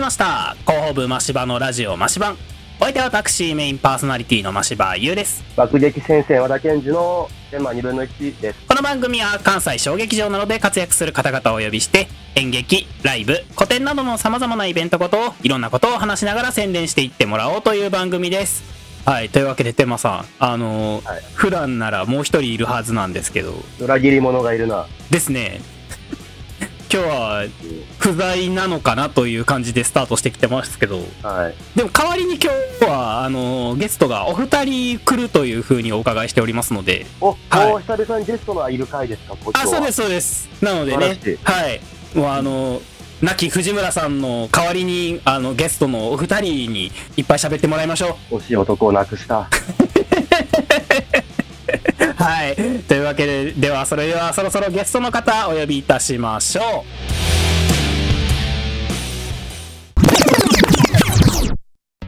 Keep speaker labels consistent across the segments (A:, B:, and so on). A: ました広報部マシバのラジオマシバンお相手はタクシーメインパーソナリティのマシバユウです
B: 爆撃戦線和田健二のテーマ2分の1です。
A: この番組は関西小劇場などで活躍する方々をお呼びして演劇ライブ古典などのさまざまなイベントことをいろんなことを話しながら宣伝していってもらおうという番組ですはいというわけでテマさんあのー
B: はい
A: 普段ならもう一人いるはずなんですけど
B: 裏切り者がいるな。
A: ですね 今日は不在なのかなという感じでスタートしてきてますけど
B: はい。
A: でも代わりに今日はあのーゲストがお二人来るというふうにお伺いしておりますので
B: お、
A: はい
B: もう久々にゲストがいる回ですか、こ。
A: あそうですすそうですなのでね
B: 素晴らしい
A: はいもうあの亡き藤村さんの代わりにあのゲストのお二人にいっぱい喋ってもらいましょ
B: 惜しい男を亡くした。
A: うはいというわけでではそれではそろそろゲストの方お呼びいたしましょう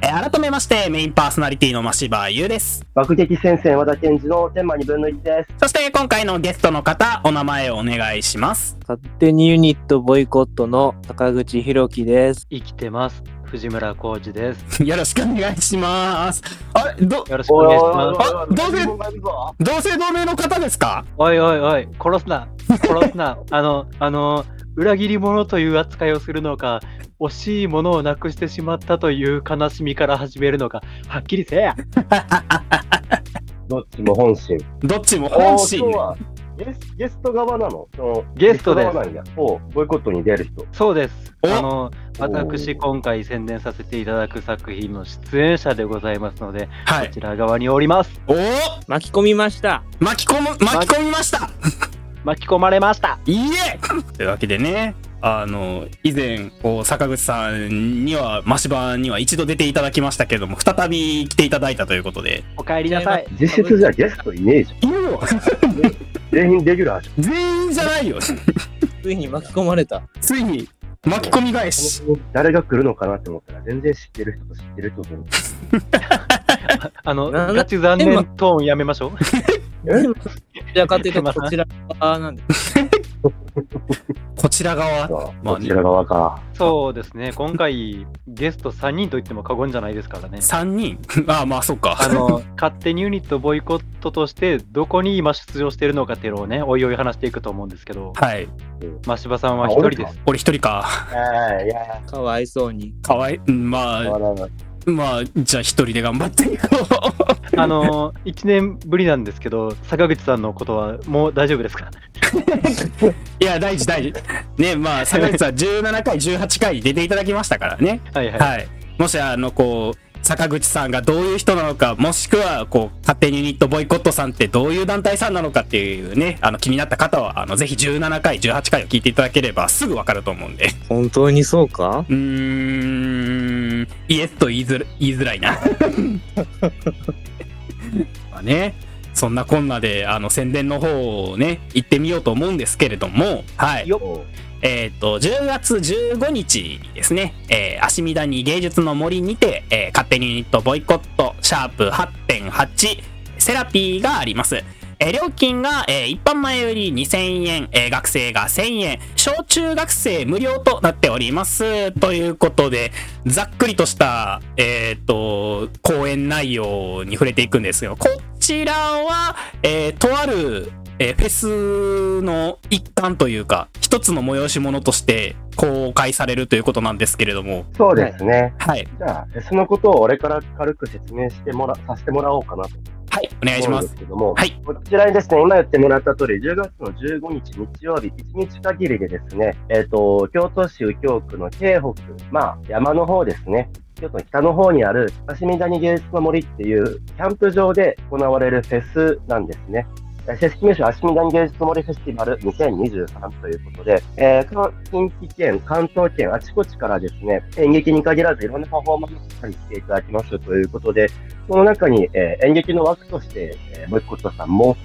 A: えー改めましてメインパーソナリティの真柴優です
B: 爆撃戦線和田健二のテーマ2分の1です。
A: そして今回のゲストの方お名前をお願いします
C: 勝手にユニットボイコットの坂口博樹です。
D: 生きてます藤村浩二で す
A: よろしくお願いします。あれ、ど、
D: よろしくお願いしま
A: い
D: す
A: あどうせ
B: もがいるぞ
A: 同姓同名の方ですか
D: おいおいおい殺すな殺 すなあのあの裏切り者という扱いをするのか惜しいものをなくしてしまったという悲しみから始めるのかはっきりせえや
B: どっちも本心。
A: どっちも本心
B: おー。今日はゲスゲスト側なのその
D: ゲストです
B: ゲ側なんやおボイコットに出る人。
D: そうです
A: お
D: あの
B: お
D: 私
B: ー
D: 今回宣伝させていただく作品の出演者でございますので
A: は
D: こ
A: い。
D: ちら側におります
A: おお
C: 巻き込みました。
A: 巻き込む、巻き込みました
D: 巻き込まれました
A: いいえ というわけでね、あの、以前、こう、坂口さんには、マシバには一度出ていただきましたけども、再び来ていただいたということで。
D: お帰りなさい
B: 実質じゃゲストいねえじゃん。
A: いるよ
B: 全員レギュラーじ
A: 全員じゃないよ
C: ついに巻き込まれた。
A: ついに、巻き込み返し。
B: ゃん。誰が来るのかなって思ったら、全然知ってる人と知ってる人と。
D: あの
C: なんだ
D: ガチ残念トーンやめましょう
C: どちらかというとこちら側なんです。
A: こちら側。
B: さあ
A: まあ
B: こ
A: ね
B: ちら側か。
D: そうですね今回ゲスト3人と言っても過言じゃないですからね
A: 3人 ああ、まあ、そう
D: あ
A: か。
D: の勝手にユニットボイコットとしてどこに今出場しているのかっていうのをねおいおい話していくと思うんですけど
A: はい。
D: 真柴さんは一人です
A: 俺一人か。
B: あいや
C: かわいそうに。
A: かわいい。ま
B: 変
A: あ、
B: わらない。
A: まあ、じゃあ一人で頑張ってい こう。
D: あの1年ぶりなんですけど坂口さんのことはもう大丈夫ですか
A: いや、大事、大事。ね、まあ、坂口さん、17回、18回出ていただきましたからね。
D: はいはい、
A: はい。もし、あの、こう、坂口さんがどういう人なのか、もしくは、こう、勝手にユニットボイコットさんってどういう団体さんなのかっていうね、あの、気になった方は、あの、ぜひ17回、18回を聞いていただければ、すぐわかると思うんで。
C: 本当にそうか
A: うーん、イエスと言いづら言いづらいな。まあね、そんなこんなで、あの、宣伝の方をね、行ってみようと思うんですけれども、はい。
B: おう
A: えっ、と、10月15日にですね、えー、足見谷芸術の森にて、えー勝手にユニットボイコット、シャープ8.8、セラピーがあります。えー料金が、えー一般前より2000円、えー学生が1000円、小中学生無料となっております。ということで、ざっくりとした、えっ、と、講演内容に触れていくんですけど、こちらは、えーとあるえーフェスの一環というか、一つの催し物として公開されるということなんですけれども、
B: そうですね。
A: はい、
B: じゃあ、そのことを俺から軽く説明してもらさせてもらおうかなと
A: はい、お願いし
B: 思
A: ま。
B: うんですすけども、
A: はい
B: こちらにですね、今言ってもらった通り、10月の15日日曜日、1日限りでですね、えっ、と、京都市右京区の京北、まあ、山の方ですね、京都の北の方にある、橋見谷芸術の森っていうキャンプ場で行われるフェスなんですね。正式名称、足見谷芸術の森フェスティバル2023ということで、えーか近畿圏、関東圏、あちこちからですね、演劇に限らずいろんなパフォーマンスに来ていただきますということで、その中に、えー演劇の枠として、えー、ボイコットさんも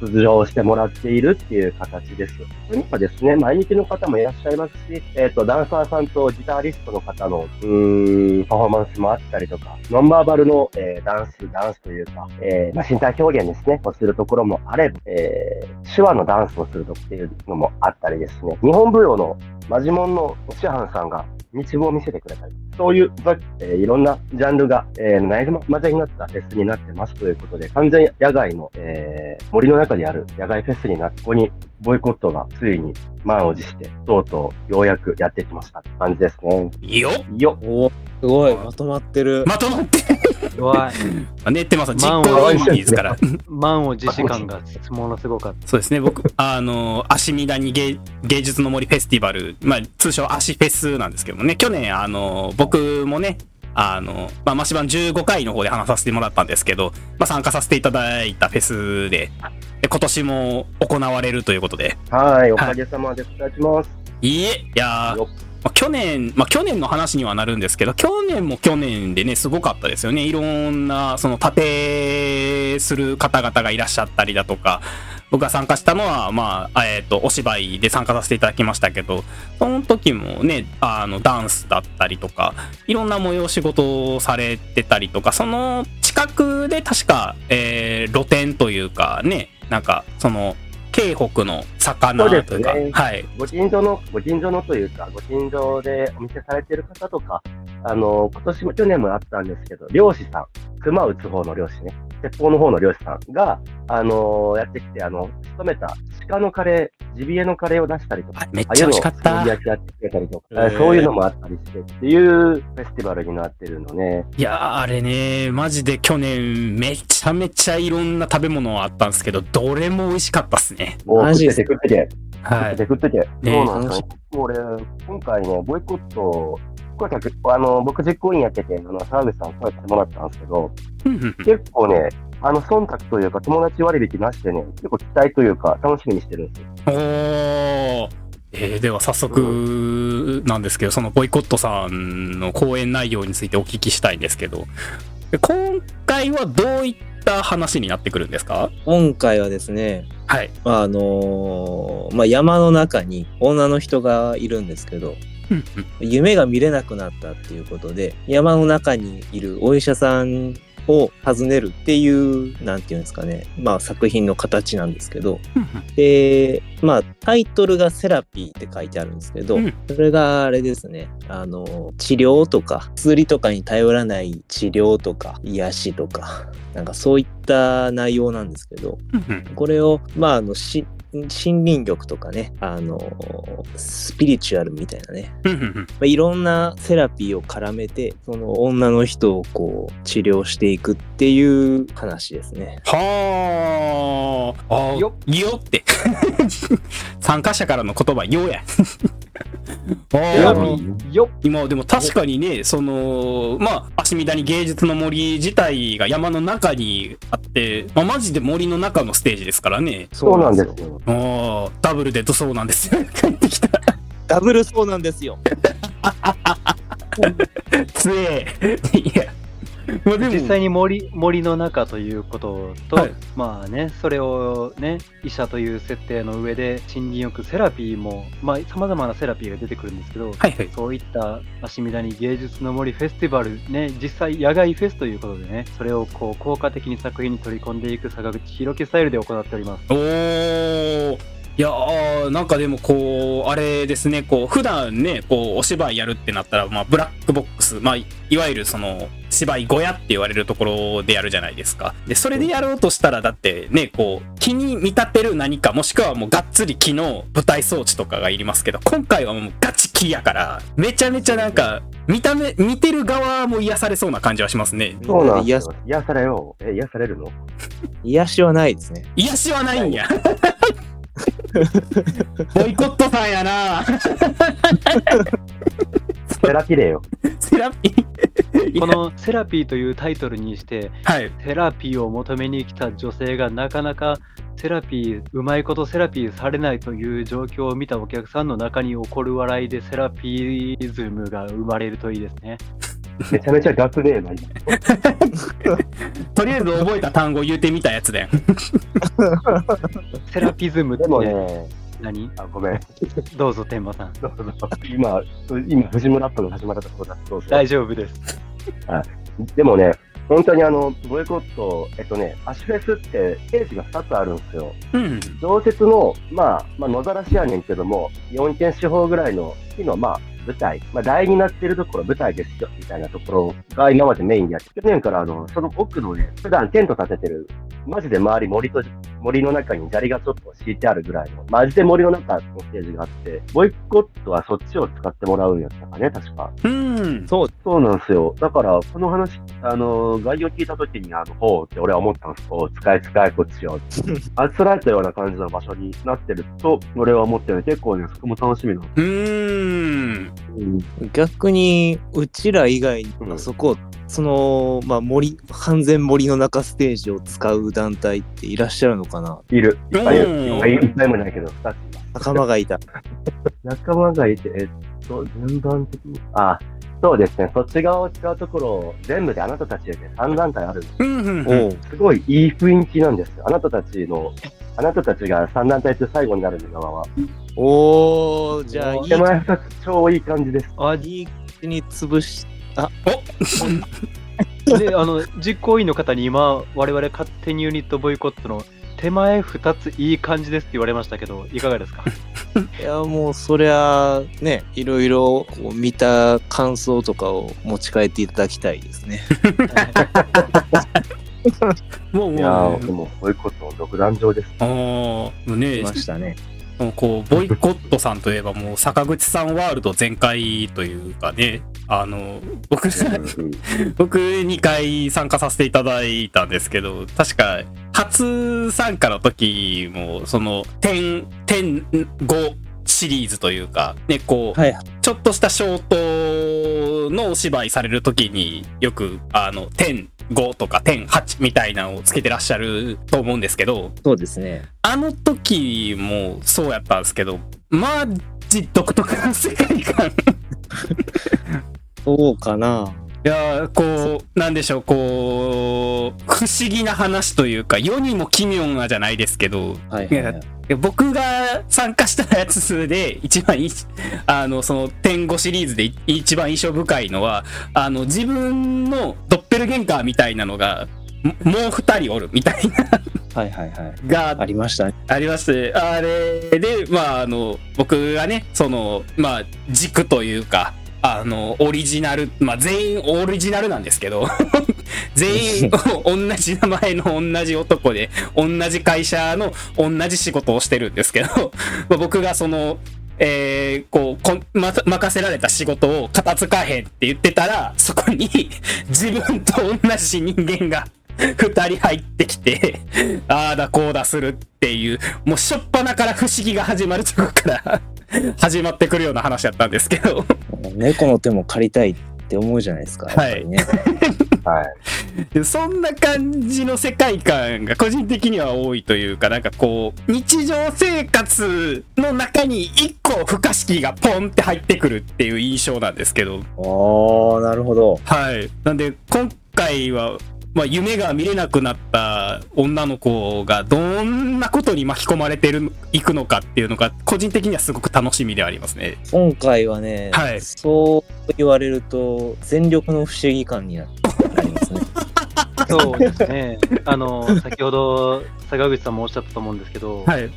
B: 出場してもらっているっていう形です。それにはですね、まあ、演劇の方もいらっしゃいますし、えっ、と、ダンサーさんとギタリストの方の、うーん、パフォーマンスもあったりとか、ノンバーバルの、えーダンス、ダンスというか、えーまあ、身体表現ですね、をするところもあれば、えー手話のダンスをするとっていうのもあったりですね、日本舞踊のマジモンのシハンさんが、日常を見せてくれたり、そういう、ざえーいろんなジャンルが、えー、ないま混ぜになったフェスになってますということで、完全野外の、えー森の中である野外フェスになって、ここにボイコットがついに満を持して、とうとうようやくやってきましたって感じですね。
A: よっ
B: よっ
C: おすごい、まとまってる。
A: まとまって
D: わい。
A: ねってます実
D: 満を
A: 行委員ですから
D: 満を持し感がものすごかっ た。
A: そうですね、僕、あの、足見谷芸芸術の森フェスティバル、まあ、通称足フェスなんですけどもね、去年、あの、僕もね、あの、まあ、マシバン15回の方で話させてもらったんですけど、まあ、参加させていただいたフェスで、で今年も行われるということで、
B: はい、おかげさまでいただきます。
A: いえ、いやー
B: よっ
A: まあ去年、まあ、去年の話にはなるんですけど、去年も去年でね、すごかったですよね。いろんな、その、盾する方々がいらっしゃったりだとか、僕が参加したのは、まあ、えっ、と、お芝居で参加させていただきましたけど、その時もね、あの、ダンスだったりとか、いろんな催し事をされてたりとか、その近くで確か、えー露店というかね、なんか、その、京北の魚というか、
B: そうですね
A: はい、
B: ご近所の、ご近所のというか、ご近所でお店されてる方とか、あの、今年も去年もあったんですけど、漁師さん、熊打つ方の漁師ね、鉄砲の方の漁師さんが、あの、やってきて、あの、勤めた鹿のカレー、ジビエのカレーを出したりとか、
A: あめっちゃ美味しかった
B: ああいうのを炭火焼きやってくれたりとか、
C: へー
B: そういうのもあったりしてっていうフェスティバルになってるのね。
A: いやーあれねマジで去年めちゃめちゃいろんな食べ物あったんですけどどれも美味しかったっすね
B: も
C: マ
B: う
C: ジ
B: 食
C: で
B: ってて食ってて、
A: は
B: 食っ
A: い
B: てて食ってて。
A: ね
B: そうなんです
C: 楽し
B: よ。もう俺、今回ね、ボイコット、声かけ、あの、僕実行委員やってて、あの、沢口さん声かけてもらったんですけど、
A: うんうんうん
B: 結構ね、あの、忖度というか、友達割引なしでね、結構期待というか、楽しみにしてるんですよ。
A: おーえーでは早速なんですけどそのボイコットさんの講演内容についてお聞きしたいんですけどで今回はどういった話になってくるんですか
C: 今回はですね、
A: はい
C: まああのーまあ、山の中に女の人がいるんですけど、
A: うん
C: 夢が見れなくなったっていうことで、山の中にいるお医者さんを訪ねるっていう、なんていうんですかね、まあ作品の形なんですけど、
A: うん
C: で、まあタイトルがセラピーって書いてあるんですけど、
A: うん
C: それがあれですね、あの、治療とか、薬とかに頼らない治療とか、癒しとか、なんかそういった内容なんですけど、
A: うんうん
C: これを、まあ、あの、し森林浴とかね、あの、スピリチュアルみたいなね、
A: うんうんうん
C: まあ、いろんなセラピーを絡めて、その女の人をこう、治療していくっていう話ですね。
A: はーあー
D: よ
A: よって 参加者からの言葉よ や
B: セ
A: あ
B: ラ
D: よ
B: ピ
A: ー
B: ー
D: よ
A: 今でも確かにねそのまあ足見谷芸術の森自体が山の中にあって、まあ、マジで森の中のステージですからね
B: そうなんです
C: よ。
B: よ。
A: あーダブルでとそうなんですよ 帰ってきた
C: ダブルそうなんですよ。
A: つえいやまあでも
D: 実際に森森の中ということと、
A: はい
D: まあねそれをね医者という設定の上で森林浴セラピーもまあさまざまなセラピーが出てくるんですけど、
A: はいはい
D: そういった足見谷芸術の森フェスティバルね実際野外フェスということでねそれをこう効果的に作品に取り込んでいく坂口弘樹スタイルで行っております
A: おーいやーなんかでもこうあれですねこう普段ねこうお芝居やるってなったら、まあ、ブラックボックス、まあ、いいわゆるその芝居小屋って言われるところでやるじゃないですかでそれでやろうとしたらだってねこう気に見立てる何かもしくはもうがっつり木の舞台装置とかがいりますけど今回はもうガチ木やからめちゃめちゃなんか見た目見てる側も癒されそうな感じはしますね
B: そうなんですよ。
C: 癒
B: 癒されよう。え、癒されるの
C: 癒しはないですね。
A: 癒しはないんやボイコットさんやな
B: セラピレよ。
A: セラピー
D: このセラピーというタイトルにして
A: はい。
D: セラピーを求めに来た女性がなかなかセラピー、うまいことセラピーされないという状況を見たお客さんの中に起こる笑いでセラピーズムが生まれるといいです ね。
B: めちゃめちゃ学ねえ な、今。
A: とりあえず覚えた単語言うてみたやつで。
D: セラピズムって、
B: でもね、
D: 何
B: あ、ごめん。
D: どうぞ天馬さん。
B: どうぞ。今、今、藤村アップが始まったところだ。どうぞ。
D: 大丈夫です。
B: でもね、本当にあの、ボイコット、えっとね、アシフェスってステージが2つあるんですよ。
A: うん。
B: 常設の、まあ、まあ、野ざらしやねんけども、4件四方ぐらいの木の、まあ、舞台、まあ、題になってるところ舞台ですよ、みたいなところが今までメインでやって、去年からあの、その奥のね、普段テント立ててる、マジで周り森と、森の中に砂利がちょっと敷いてあるぐらいの、マジで森の中のステージがあって、ボイコットはそっちを使ってもらうんやったかね、確か。
A: うん。
C: そう
B: そうなんですよ。だから、この話、あの、概要聞いたときに、あの、ほうって俺は思ったんです。おう使い使い、こっ ちよ。あつらえたような感じの場所になってると、俺は思ってるので、結構ね、そこも楽しみなの。
A: うーん。
C: 逆にうちら以外に
B: うん
C: あそこ、その、まあ、森完全森の中ステージを使う団体っていらっしゃるのかない
B: る。
A: うん
B: あいやいっぱいもないけど、2つ。
C: 仲間がいた
B: 仲間がいて、えっと、順番的に。あ、そうですね。そっち側を使うところを、全部であなたたちでね、3段階あるんです。
A: うんうんうん。
C: おう
B: すごいいい雰囲気なんですよ。あなたたちの、あなたたちが3団体って最後になるの側は。
C: おーじゃあい
B: 手前2つ、超いい感じです。
D: あ
C: いいいい口に潰し
D: で、あの、実行委員の方に今、我々勝手にユニットボイコットの手前2ついい感じですって言われましたけど、いかが ですか
C: いやもうそりゃねいろいろこう見た感想とかを持ち帰っていただきたいですね
A: もう
B: いや
A: も
B: ー、でも、こういうことの独壇場です。
A: う、もうね
C: 来、ましたね
A: もうこうボイコットさんといえばもう坂口さんワールド全開というかね、あの僕
B: うん
A: 僕2回参加させていただいたんですけど確か初参加の時もその点点5シリーズというかねこう、
C: はい
A: ちょっとしたショートのお芝居される時によくあの点5とか点8みたいなのをつけてらっしゃると思うんですけど
C: そうですね
A: あの時もそうやったんですけどマジ独特な世界観
C: そうかない
A: やーこうなんでしょうこう不思議な話というか世にも奇妙なじゃないですけど
C: はいはいはい、
A: 僕が参加したやつで一番いいあのその点5シリーズでい一番印象深いのはあの自分のドッペルゲンカーみたいなのがももう2人おるみたいな
C: はいはいはい
A: のが
C: ありましたね
A: ありまして、あれで、まあ、あの、僕がね、その、まあ、軸というか、あの、オリジナル、まあ、全員オリジナルなんですけど、 全員同じ名前の同じ男で、同じ会社の同じ仕事をしてるんですけど、まあ僕がその、えーこうこんまた任せられた仕事を片付かへんって言ってたら、そこに 自分と同じ人間が二人入ってきて、ああだこうだするっていう、もうしょっぱなから不思議が始まるとこから 始まってくるような話だったんですけど、
C: 猫の手も借りたいって思うじゃないですか、
A: はい
C: やっぱりね、
B: はい。
A: そんな感じの世界観が個人的には多いというか、なんかこう、日常生活の中に一個不可思議がポンって入ってくるっていう印象なんですけど、
C: おーなるほど
A: はい。なんで、今回は、まあ、夢が見れなくなった女の子がどんなことに巻き込まれてるいくのかっていうのが個人的にはすごく楽しみではありますね。
C: 今回はね、
A: はい
C: そう言われると全力の不思議感になってり ますね
D: そうですね。あの、先ほど坂口さんもおっしゃったと思うんですけど、
A: はい。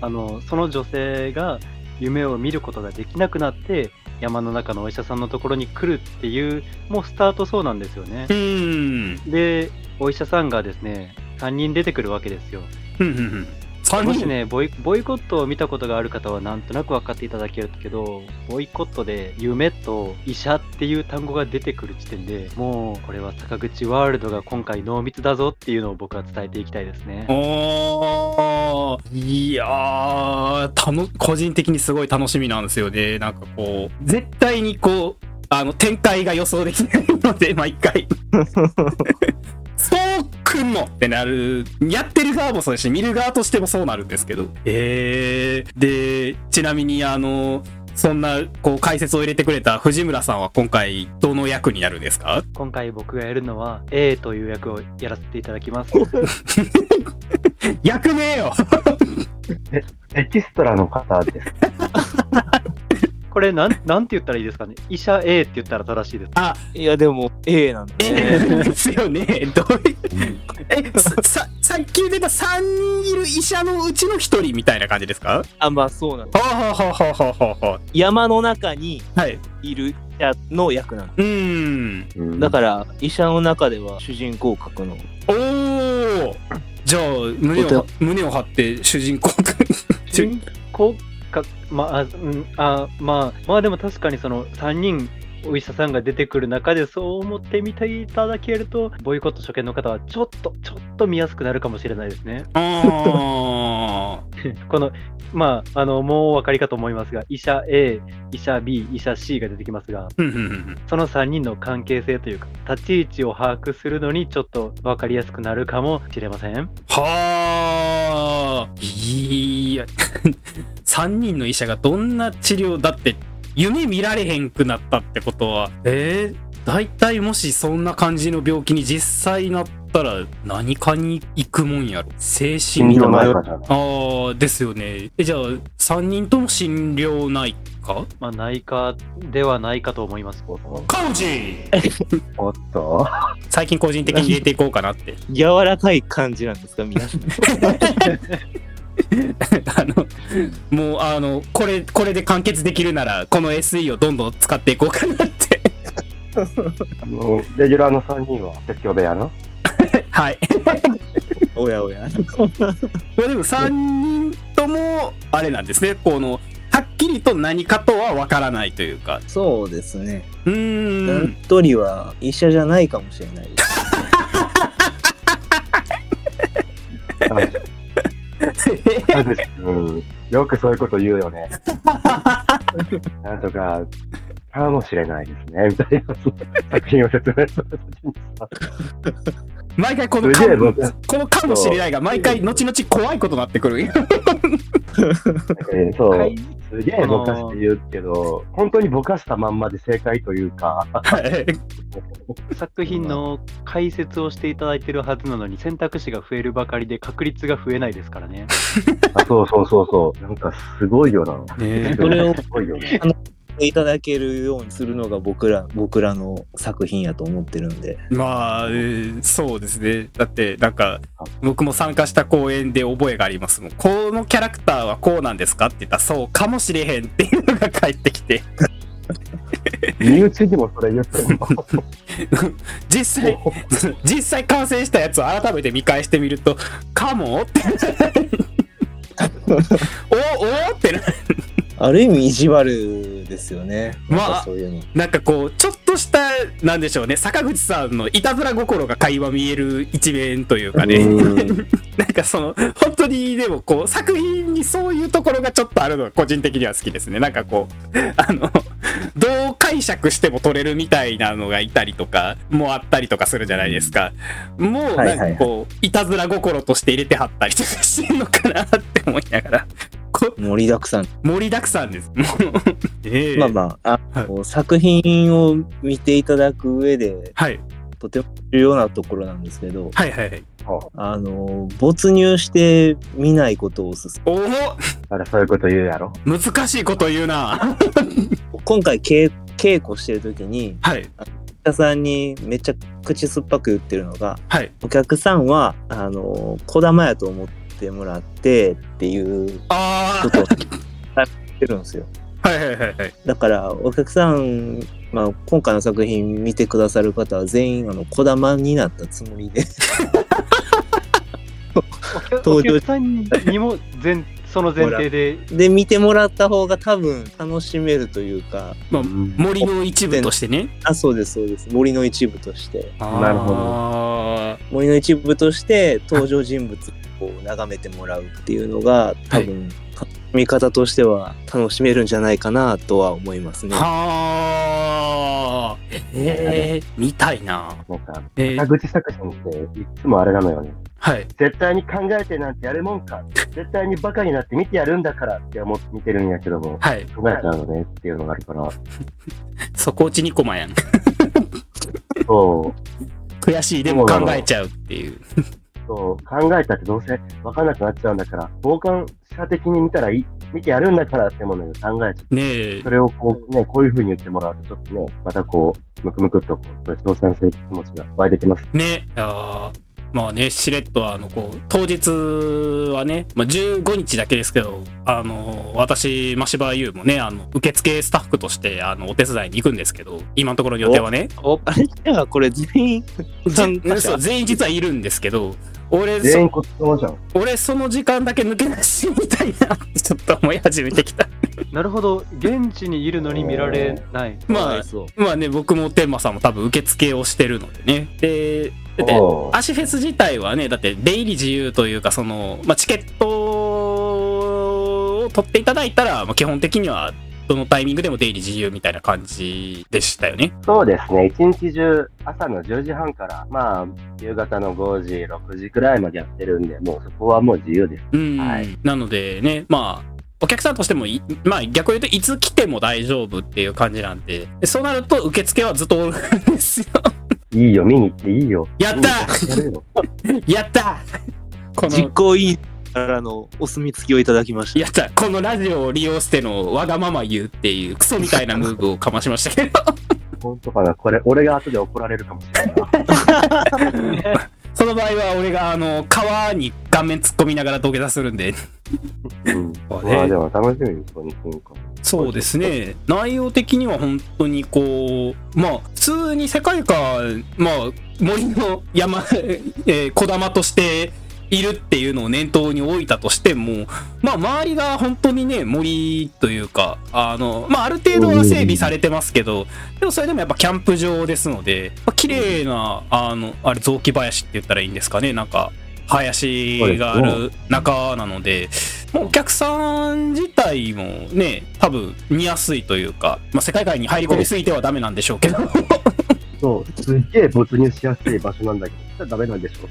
D: あのその女性が夢を見ることができなくなって山の中のお医者さんのところに来るっていうもうスタートそうなんですよね
A: う。ーん。
D: でお医者さんがですね3人出てくるわけですよ。
A: うんうんうん。三
D: もし
A: 人。
D: ねボイボイコットを見たことがある方はなんとなく分かっていただけるけどボイコットで夢と医者っていう単語が出てくる時点でもうこれは坂口ワールドが今回濃密だぞっていうのを僕は伝えていきたいですね。
A: おーいやーたの個人的にすごい楽しみなんですよねなんかこう絶対にこうあの展開が予想できないので毎回そうくんのってなるやってる側もそうだし見る側としてもそうなるんですけどえー、でちなみにあのそんなこう解説を入れてくれた藤村さんは今回どの役になるんですか
D: 今回僕がやるのは A という役をやらせていただき ます。
A: 役名 よ
B: エキストラの方です。
D: これなん、なんて言ったらいいですかね。医者 A って言ったら正しいです。
C: いやでも A なんだね
A: ですよねどういうえ、 さ、ささっき言ってた3人いる医者のうちの1人みたいな感じですか
C: あ、まあそうなの。
A: ほうほうほうほうほうほうほ
C: 山の中に
A: う。はい。
C: いる医者の役なの。
A: うーん。
B: うん
C: だから、医者の中では主人公格の。
A: おーじゃあ、胸を
D: お、
A: 胸を張って主人 公くん。
D: 主人公かまあ、あうん、あまあまあでも確かにその3人お医者さんが出てくる中でそう思ってみていただけるとボイコット初見の方はちょっとちょっと見やすくなるかもしれないですね。
A: あ
D: このまああのもうお分かりかと思いますが医者 A 医者 B 医者 C が出てきます
A: ー。
D: が
A: うんうんうん
D: その3人の関係性というか立ち位置を把握するのにちょっと分かりやすくなるかもしれません。
A: はあ。いや、3人の医者がどんな治療だって、夢見られへんくなったってことは、えー、大体もしそんな感じの病気に実際なったら何かに行くもんやろ。精神
B: 心
A: 科
B: 療
A: 迷
B: 内
A: う
B: 科じゃない。
A: ああ、ですよね。えじゃあ、3人とも心療内科
D: まあ内科ではないかと思います。
A: カウジ
B: おっと。
A: 最近個人的に入れていこうかなって。
C: 柔らかい感じなんですか、皆さん。
A: あの、もう、あの、これ、これで完結できるなら、この SE をどんどん使っていこうかなって。
B: あのレギュラーの3人は説教部屋の
A: はい。
C: おやおや。
A: まあでも3人とも、あれなんですね。この、はっきりと何かとは分からないというか。
C: そうですね。
A: うー ん。
C: 一人は医者じゃないかもしれないです。
B: うん、よくそういうこと言うよね。なんとか、かもしれないですね、みたいな作品を説明するときにさ
A: 毎回この
B: す
A: か
B: げえ
A: も、
B: な
A: このかもしれないが、毎回後々怖いことになってくる。
B: えーそう、
D: はい
B: すげえぼかして言うけど、本当にぼかしたまんまで正解というか、
A: はい
D: 作品の解説をしていただいてるはずなのに選択肢が増えるばかりで確率が増えないですからね。
B: あそうそうそうそう、なんかすごいよな。
A: ね
C: それを
B: すごいよね。
C: いただけるようにするのが僕ら、僕らの作品やと思ってるんで。
A: まあ、えーそうですね。だって、なんか、僕も参加した公演で覚えがありますもん。このキャラクターはこうなんですかって言ったら、そうかもしれへんっていうのが返ってきて、
B: 身内にもそれ言っても、
A: 実際、 実際完成したやつを改めて見返してみると、かも って。おおってな
C: ある意味意地悪ですよね。
A: まあ
C: なんかそういうの。
A: なんかこうちょっとしたなんでしょうね坂口さんのいたずら心が垣間見える一面というかね
B: うん
A: なんかその本当にでもこう作品にそういうところがちょっとあるのが個人的には好きですねなんかこう あのどう解釈しても取れるみたいなのがいたりとかもあったりとかするじゃないですかもう
C: はい
A: な
C: はいはい
A: んかこういたずら心として入れてはったりとかしてんのかなって思いながらこ
C: 盛りだく さん。
A: 盛りだくさんですもう ええ
C: まあまあ、あ
A: はい
C: こう作品を見ていただく上で、
A: はい
C: とても重要なところなんですけど、
A: はいはいはい
C: あの、没入して見ないことをおすす
A: おお
B: あらそういうこと言うやろ。
A: 難しいこと言うな
C: め。今回稽、稽古してる時に、
A: はい
C: お客さんにめっちゃ口酸っぱく言ってるのが、
A: はい
C: お客さんは、あの、小玉やと思ってもらってっていう
A: あ
C: ことを言ってるんですよ。
A: あはいはいはいはい
C: だから、お客さん、まあ、今回の作品見てくださる方は全員、あの、小玉になったつもりで。
D: お
C: 登場
D: 客さんにも前その前提で
C: で、見てもらった方が多分楽しめるというか、
B: うん
A: 森の一部としてね
C: あ、そうです、そうです。森の一部として。
B: なるほど
A: ど
C: 森の一部として登場人物をこう眺めてもらうっていうのが、多分、見方としては楽しめるんじゃないかなとは思いますね。
A: はあ。ええみたいな。
B: なんか、
A: え
B: 田
A: ー、
B: 口作品っていつもあれなのよね。
A: はい。
B: 絶対に考えてなんてやるもんか絶対にバカになって見てやるんだからって思って見てるんやけども
A: はい。
B: 考えちゃうのねっていうのがあるから
A: そこうち2コマやん。
B: そう
A: 悔しい、でも考えちゃうっていう。
B: そう考えたってどうせわかんなくなっちゃうんだから傍観者的に見たらいい見てやるんだからってものを考えちゃう
A: ねえ
B: そ。れをこうねこういうふうに言ってもらうとちょっとねまたこうムクムクっとこう挑戦する気持ちが湧いてきます
A: ねあーまあね、しれっとあのこう当日はね、まあ、15日だけですけど、あの私、真柴優もね、あの受付スタッフとしてあのお手伝いに行くんですけど、今のところ予定はね、
D: お
C: あれじゃあこれ全 員参加
A: ぜそう
C: 者
A: 全員実はいるんですけど、俺
B: 全
A: そ、
B: 員こっち側じゃん。
A: 俺その時間だけ抜け出しみたいな、 ちょっと思い始めてきた。
D: なるほど現地にいるのに見られない
A: まあ、
C: そう
A: まあね、僕も天馬さんも多分受付をしてるのでね。で、だって
B: おー
A: 足フェス自体はねだって出入り自由というかその、まあ、チケットを取っていただいたら、まあ、基本的にはどのタイミングでも出入り自由みたいな感じでしたよね
B: そうですね、一日中、朝の10時半から、まあ、夕方の5時、6時くらいまでやってるんで、もうそこはもう自由です。
A: うん、
B: はい
A: なのでねまあお客さんとしてもい、まあ逆に言うといつ来ても大丈夫っていう感じなんで、でそうなると受付はずっとおるんですよ。
B: いいよ、見に行っていいよ。
A: やった
B: 見に行ってやるよ
A: やったこ
C: 実
A: の、
C: 行委員からのお墨付きをいただきました
A: やったこのラジオを利用してのわがまま言うっていうクソみ たいなムーブをかましましたけど。
B: 本当かな、これ、俺が後で怒られるかもしれないな。
A: その場合は俺があの川に顔面突っ込みながら土下座するんで
B: うん、
A: そうね
B: まあでも楽しみにそこに行くんか。
A: そうですね内容的には本当にこうまあ普通に世界観まあ森の山、 えー、小玉としているっていうのを念頭に置いたとしてもまあ周りが本当にね森というかあのまあある程度は整備されてますけどでもそれでもやっぱキャンプ場ですので、まあ、綺麗なあのあれ雑木林って言ったらいいんですかねなんか林がある中なので、もうお客さん自体もね、多分見やすいというか、まあ、世界観に入り込みすぎてはダメなんでしょうけど、
B: そう、すっげえ没入しやすい場所なんだけど、じゃダメなんでしょ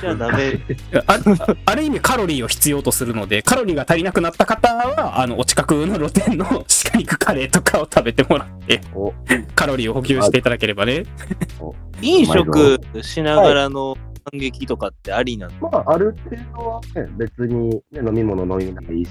C: じゃあダメ
A: あある意味カロリーを必要とするので、カロリーが足りなくなった方は、あの、お近くの露店の鹿肉カレーとかを食べてもらって、
B: お
A: カロリーを補給していただければね。
C: 飲食しながらの反撃とかってありなの、
B: まあ、ある程度は、ね、別に、ね、飲み物飲みなきゃいいし、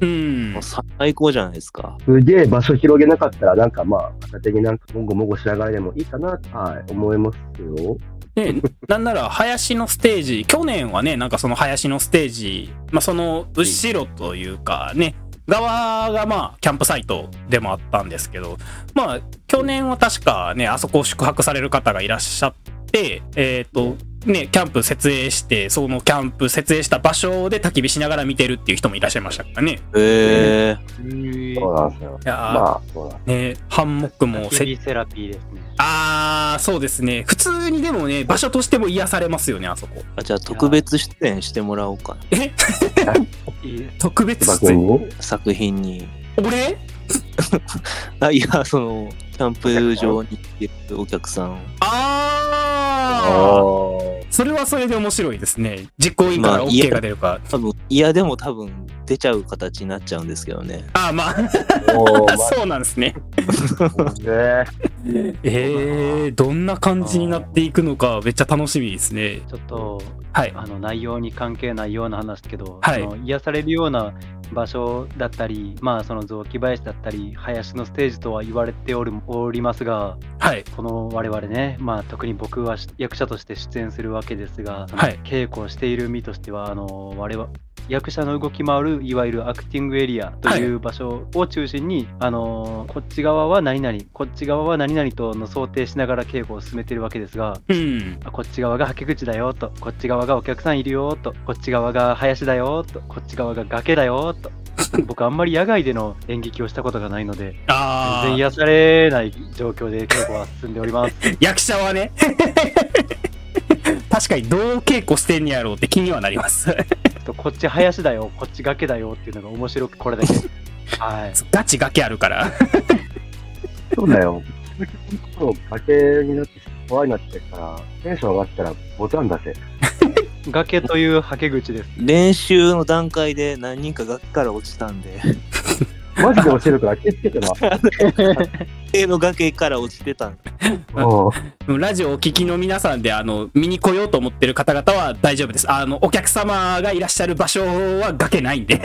A: うん
C: もう。最高じゃないですか
B: すげえ場所広げなかったら、なんかまあ、片手になんかもごもごしながらでもいいかな、はい、思いますよ。
A: ね、なんなら林のステージ去年はねなんかその林のステージ、まあ、その後ろというかね側がまあキャンプサイトでもあったんですけどまあ去年は確かねあそこを宿泊される方がいらっしゃってえっ、とねキャンプ設営してそのキャンプ設営した場所で焚き火しながら見てるっていう人もいらっしゃいましたからね。
C: へえ
B: そうなんですよ。
A: いやー
B: まあ、そうなんで
A: ねハンモックも
D: セ
A: せ
D: リセラピーですね
A: あーそうですね普通にでもね場所としても癒されますよねあそこ。
C: じゃあ特別出演してもらおうかな
A: え
D: いいです
A: 特別
B: す。千葉
A: 室
B: 君に
C: 作品に
A: 俺
C: あいやそのキャンプ場に行ってるお客さん
A: ああ
B: あ
A: それはそれで面白いですね実行委員か
C: ま
A: ら
C: あいや
A: OK が出るか、
C: 多分いやでも多分出ちゃう形になっちゃうんですけどね
A: ああまあ
B: あ。お
A: そうなんですね
B: マジで。
A: え ー、どんな感じになっていくのかめっちゃ楽しみですね
D: ちょっと
A: はい
D: あの内容に関係ないような話だけど、
A: はい
D: その癒されるような場所だったり、まあ、その雑木林だったり林のステージとは言われておるおりますが
A: はい
D: この我々ね、まあ、特に僕はし役者として出演するわけですが、
A: はい
D: 稽古をしている身としてはあの我々役者の動き回るいわゆるアクティングエリアという場所を中心に、あのこっち側は何々こっち側は何々との想定しながら稽古を進めているわけですが、
A: うん
D: あこっち側が吐き口だよとこっち側がお客さんいるよとこっち側が林だよとこっち側が崖だよ と僕あんまり野外での演劇をしたことがないので全
A: あ
D: 然
A: あ
D: 癒されない状況で稽古は進んでおります
A: 役者はね 確かにどう稽古してんやろうって気にはなります
D: ちょっとこっち林だよこっち崖だよっていうのが面白く これだけはい
A: ガチガキあるから
B: そうだよ。そう、崖になって怖いなってから、テンション上がったらボタン出せ。
D: 崖というはけ口です
C: 練習の段階で何人か崖から落ちたんで
B: マジで落ちるから気をつけ てな。
C: 家の崖から落ちてたんで
B: も
A: ラジオをお聞きの皆さんで、あの、見に来ようと思ってる方々は大丈夫です。あの、お客 様がいらっしゃる場所は崖ないんで。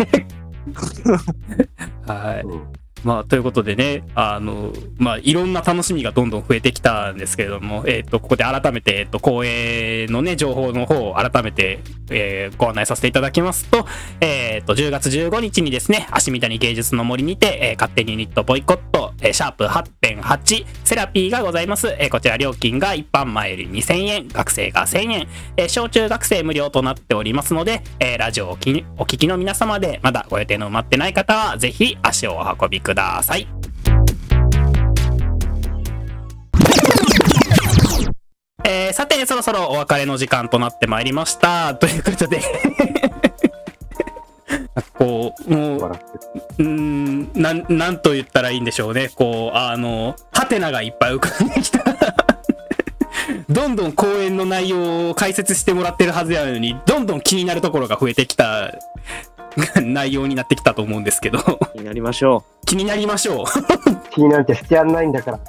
A: は
B: う、うん
A: まあ、ということでね、あの、まあ、いろんな楽しみがどんどん増えてきたんですけれども、えっ、と、ここで改めて、えっ、と、公営のね、情報の方を改めて、えーご案内させていただきますと、えっ、と、10月15日にですね、足見谷芸術の森にて、えー勝手にユニットボイコット、えーシャープ8.8、セラピーがございます。えーこちら料金が一般前より2000円、学生が1000円、えー小中学生無料となっておりますので、えーラジオをお聞きお聞きの皆様で、まだご予定の埋まってない方は、ぜひ足をお運びください。えーさて、そろそろお別れの時間となってまいりました。ということで、 こう、もう、
B: 笑って
A: うーんなん、なんと言ったらいいんでしょうね。こう、あの、ハテナがいっぱい浮かんできた。どんどん講演の内容を解説してもらってるはずやのに、どんどん気になるところが増えてきた内容になってきたと思うんですけ ど、
C: になりましょ
A: 気になりましょう。
B: 気になんてしてやんないんだから。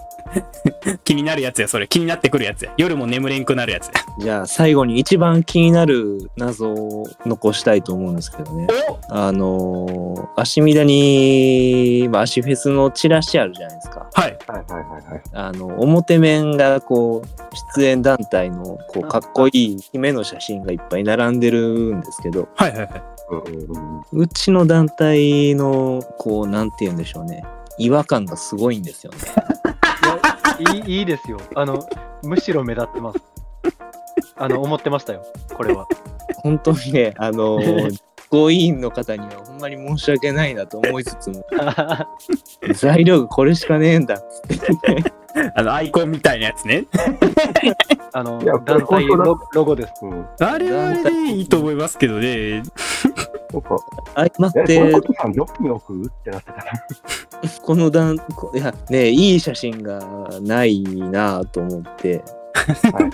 A: 気になるやつや、それ。気になってくるやつや。夜も眠れんくなるやつや。
C: う。じゃあ最後に一番気になる謎を残したいと思うんですけどね。
A: お
C: あのー、足見谷、まあ、足フェスのチラシあるじゃないですか。
A: はい。
B: はいはいはいはい。
C: あの、表面がこう、出演団体のこう、かっこいい姫の写真がいっぱい並んでるんですけど、
A: はいはいはい。
B: うんうんうん。
C: うちの団体の、こう、なんて言うんでしょうね。違和感がすごいんですよね。
D: いいいいですよ。あの、むしろ目立ってます。あの、思ってましたよ、こ れは。
C: 本当にね、あのー、ご委員の方にはほんまに申し訳ないなと思いつ つも、材料がこれしかねえんだっつって、
A: あの、アイコンみたいなやつね。
D: あの
B: いや、
D: 団体
B: 本当だ
D: ロロゴです。
B: うん、なんか、
A: あれはあれでいいと思いますけどね。
C: 相まっ
B: え、こうい
C: て
B: う、ことさん、よくよくってなってた。
C: この段、こいや、ねいい写真がないなと思って、
B: はいはい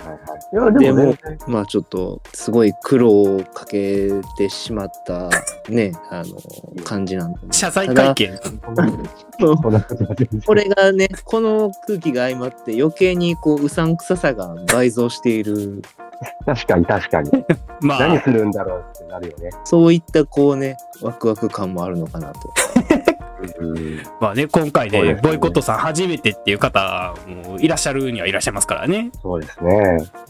B: はい。いや、でも全 然、
C: まあちょっと、すごい苦労をかけてしまった、ね、あの、感じなんで。
A: 謝罪会見。
B: そんなそんなことは全然
C: これがね、この空気が相まって余計にこう、うさんくささが倍増している、
B: 確かに確かに。
A: ま
B: 何
A: あ、
B: するんだろうってなるよね。
C: そういったこうね、ワクワク感もあるのかなと。
B: うん
A: まあね、今回
B: そう
A: ね、
B: ですね
A: ボイコットさん初めてっていう方もいらっしゃるにはいらっしゃいますからね。
B: そうですね。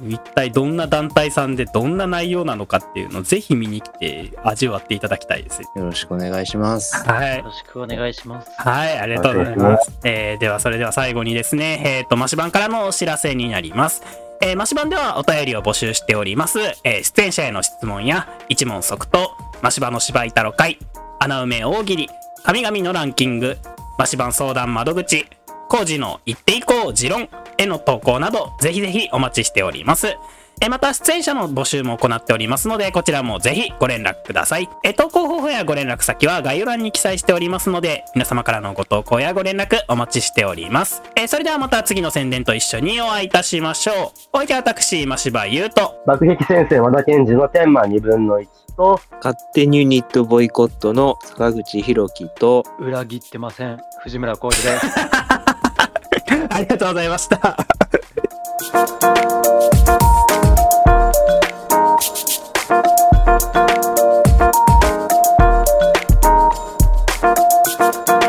A: 一体どんな団体さんでどんな内容なのかっていうのをぜひ見に来て味わっていただきたいです。
C: よろしくお願いします。
A: はい。
D: ろしくお願いします。
A: はい、ありがとうございます。えーでは、それでは最後にですね、えっ、と、マシ版からのお知らせになります。えー、マシ版ではお便りを募集しております。えー出演者への質問や、一問即答、マシ版の芝居太郎会、穴埋め大喜利、神々のランキング、マシ版相談窓口、工事の言っていこう持論への投稿など、ぜひぜひお待ちしております。えーまた出演者の募集も行っておりますのでこちらもぜひご連絡くださいえー投稿方法やご連絡先は概要欄に記載しておりますので皆様からのご投稿やご連絡お待ちしておりますえーそれではまた次の宣伝と一緒にお会いいたしましょうお相手は私今芝優と
B: 爆撃戦線和田健二の天満二分の一と、
C: 勝手にユニットボイコットの坂口博樹と、
D: 裏切ってません。藤村浩二です。
A: ありがとうございました